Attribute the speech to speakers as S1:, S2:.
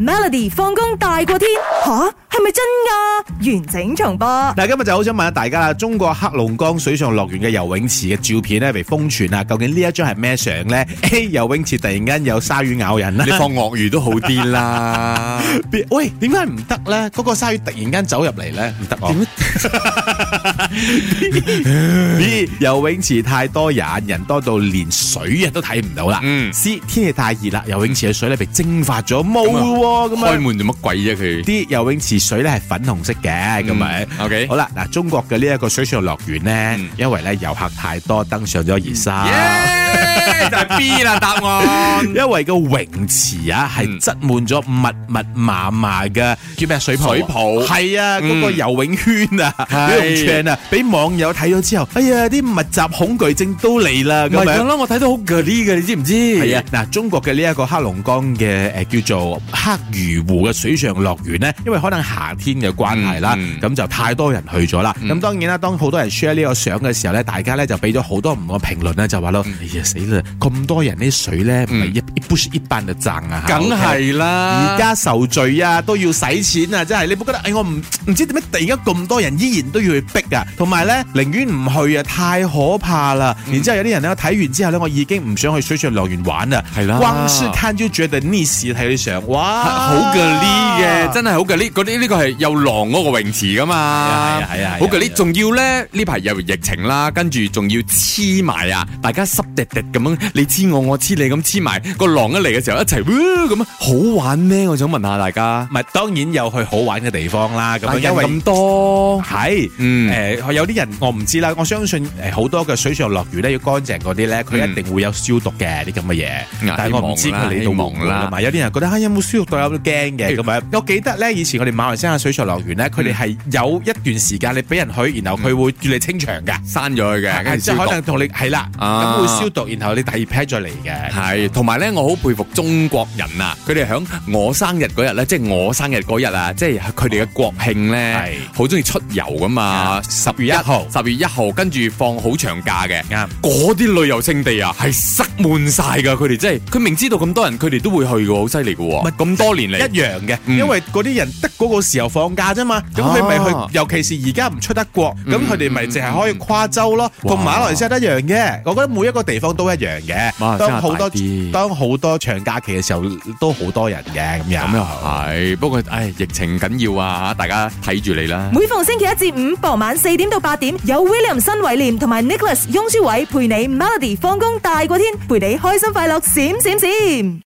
S1: Melody 放工大過天吓，係咪真㗎？完整重 播。
S2: 嗱，今日就好想問下大家啦，中國黑龍江水上樂園嘅游泳池嘅照片咧被瘋傳啊，究竟呢一張係咩相 呢 a 游泳池突然間有鯊魚咬人啦
S3: 你放鱷魚都好 啲啦，
S2: ，B，喂，點解唔得呢？嗰、個鯊魚突然間走入嚟呢，唔得 我。B，游泳池太多人，人多到連水人都睇唔到啦。
S3: 嗯
S2: C，天氣太熱啦，游泳池嘅水咧被蒸發咗，冇喎咁
S3: 開
S2: 樣。
S3: 門做乜鬼啫 佢？
S2: 啲游泳池水咧係粉紅色嘅，咁咪、
S3: 嗯，OK
S2: 好啦，嗱，中國嘅呢一個水上樂園咧，
S3: 嗯
S2: 因為咧遊客太多，登上咗熱搜。
S3: 耶，就係 B 啦答案。
S2: 因為個泳池啊，係
S3: 嗯
S2: 擠滿咗密密麻麻嘅叫咩水泡啊？
S3: 水泡
S2: 係啊，嗰、
S3: 嗯
S2: 個游泳圈啊，
S3: 係
S2: 游泳圈啊，俾網友睇咗之後，哎呀，啲密集恐懼症都嚟啦，咁樣。
S3: 啦，我睇到好 g 啲嘅，你知唔知？
S2: 係啊，，嗱，中國嘅呢一個黑龍江嘅誒叫做黑魚湖嘅水上樂園呢，因為可能夏天嘅關係啦，
S3: 嗯嗯嗯
S2: 咁、就太多人去咗啦。咁、當然啦，當好多人 share 呢個相嘅時候呢，大家呢就俾咗好多唔同嘅評論呢，就話咯，哎呀死啦，咁多人啲水呢，唔係
S3: 嗯
S2: 一一 push 一班就賺啊，
S3: 梗
S2: OK？
S3: 係啦。
S2: 而家受罪啊，都要使錢啊，真係你冇覺得？哎，我唔唔知點解突然間咁多人依然都要去逼啊，同埋咧寧願唔去啊，太可怕啦。
S3: 嗯
S2: 然之後有啲人咧，我睇完之後咧，我已經唔想去水上樂園玩啦。
S3: 係啦
S2: 光是看就覺得 nice 睇啲相，哇，
S3: 好嘅呢嘅，真係好嘅呢。嗰啲呢個係有浪嗰個泳池噶嘛
S2: 係啊係啊係啊係啊，
S3: 好嘅呢，仲要咧呢排又疫情啦，跟住仲要黐埋啊，大家濕滴滴咁樣，你黐我，我黐你咁黐埋，個浪一嚟嘅時候一齊喎咁樣，好玩咩？我想問下大家，
S2: 唔係當然有去好玩嘅地方啦。咁樣
S3: 但
S2: 因
S3: 有
S2: 為
S3: 咁多，
S2: 係，誒、
S3: 嗯
S2: 有啲人我唔知啦，我相信誒好多嘅水上樂園咧，要乾淨嗰啲咧，佢一
S3: 嗯
S2: 定會有消毒嘅啲咁嘅嘢。
S3: 嗯
S2: 但係我唔知
S3: 希望
S2: 佢
S3: 啦
S2: 嚟到
S3: 希望
S2: 忙啦
S3: 啦嗯
S2: 嘛。有啲人覺得啊，有冇消毒到有啲驚嘅咁樣。我記得咧，以前我哋馬來西亞水上樂園咧，佢哋係有一段時間你俾人去，然後佢會叫你清場嘅。
S3: 刪咗佢嘅，跟住
S2: 即係
S3: 消
S2: 可
S3: 毒
S2: 能同你係啦，咁
S3: 嗯啊
S2: 會消毒，然後你第二批再嚟嘅。
S3: 係，同埋咧，我好佩服中國人啊！佢哋響我生日嗰日咧，即係我生日嗰日啊，即係佢哋嘅國慶
S2: 係
S3: 咧，好中意出遊噶嘛。
S2: 十月一號
S3: 十月一號跟住放好長假嘅，
S2: 啱
S3: 嗰啲旅遊勝地啊，係塞滿晒噶。佢哋真係，佢明知道咁多人，佢哋都會去嘅，好犀利嘅
S2: 咪
S3: 喎。咁多年
S2: 一
S3: 嚟，
S2: 樣嘅，
S3: 嗯
S2: 因為嗰啲人得嗰個時候放假啫嘛，咁佢咪
S3: 啊
S2: 去，尤其是而家唔出得國，咁佢哋咪淨係可以跨州咯，
S3: 嗯
S2: 同馬來西亞一樣嘅。我覺得每一個地方都一樣
S3: 馬
S2: 嘅，
S3: 來西亞
S2: 當好多
S3: 大啲
S2: 當好多長假期嘅時候都好多人嘅咁
S3: 咁又
S2: 樣。
S3: 係。不過，唉，疫情緊要啊，大家睇住你啦。
S1: 每逢星期一至五傍晚四點到八點，有 William 新偉廉同埋 Nicholas 雍舒偉陪你 Melody 放工大過天，陪你開心快樂閃閃閃。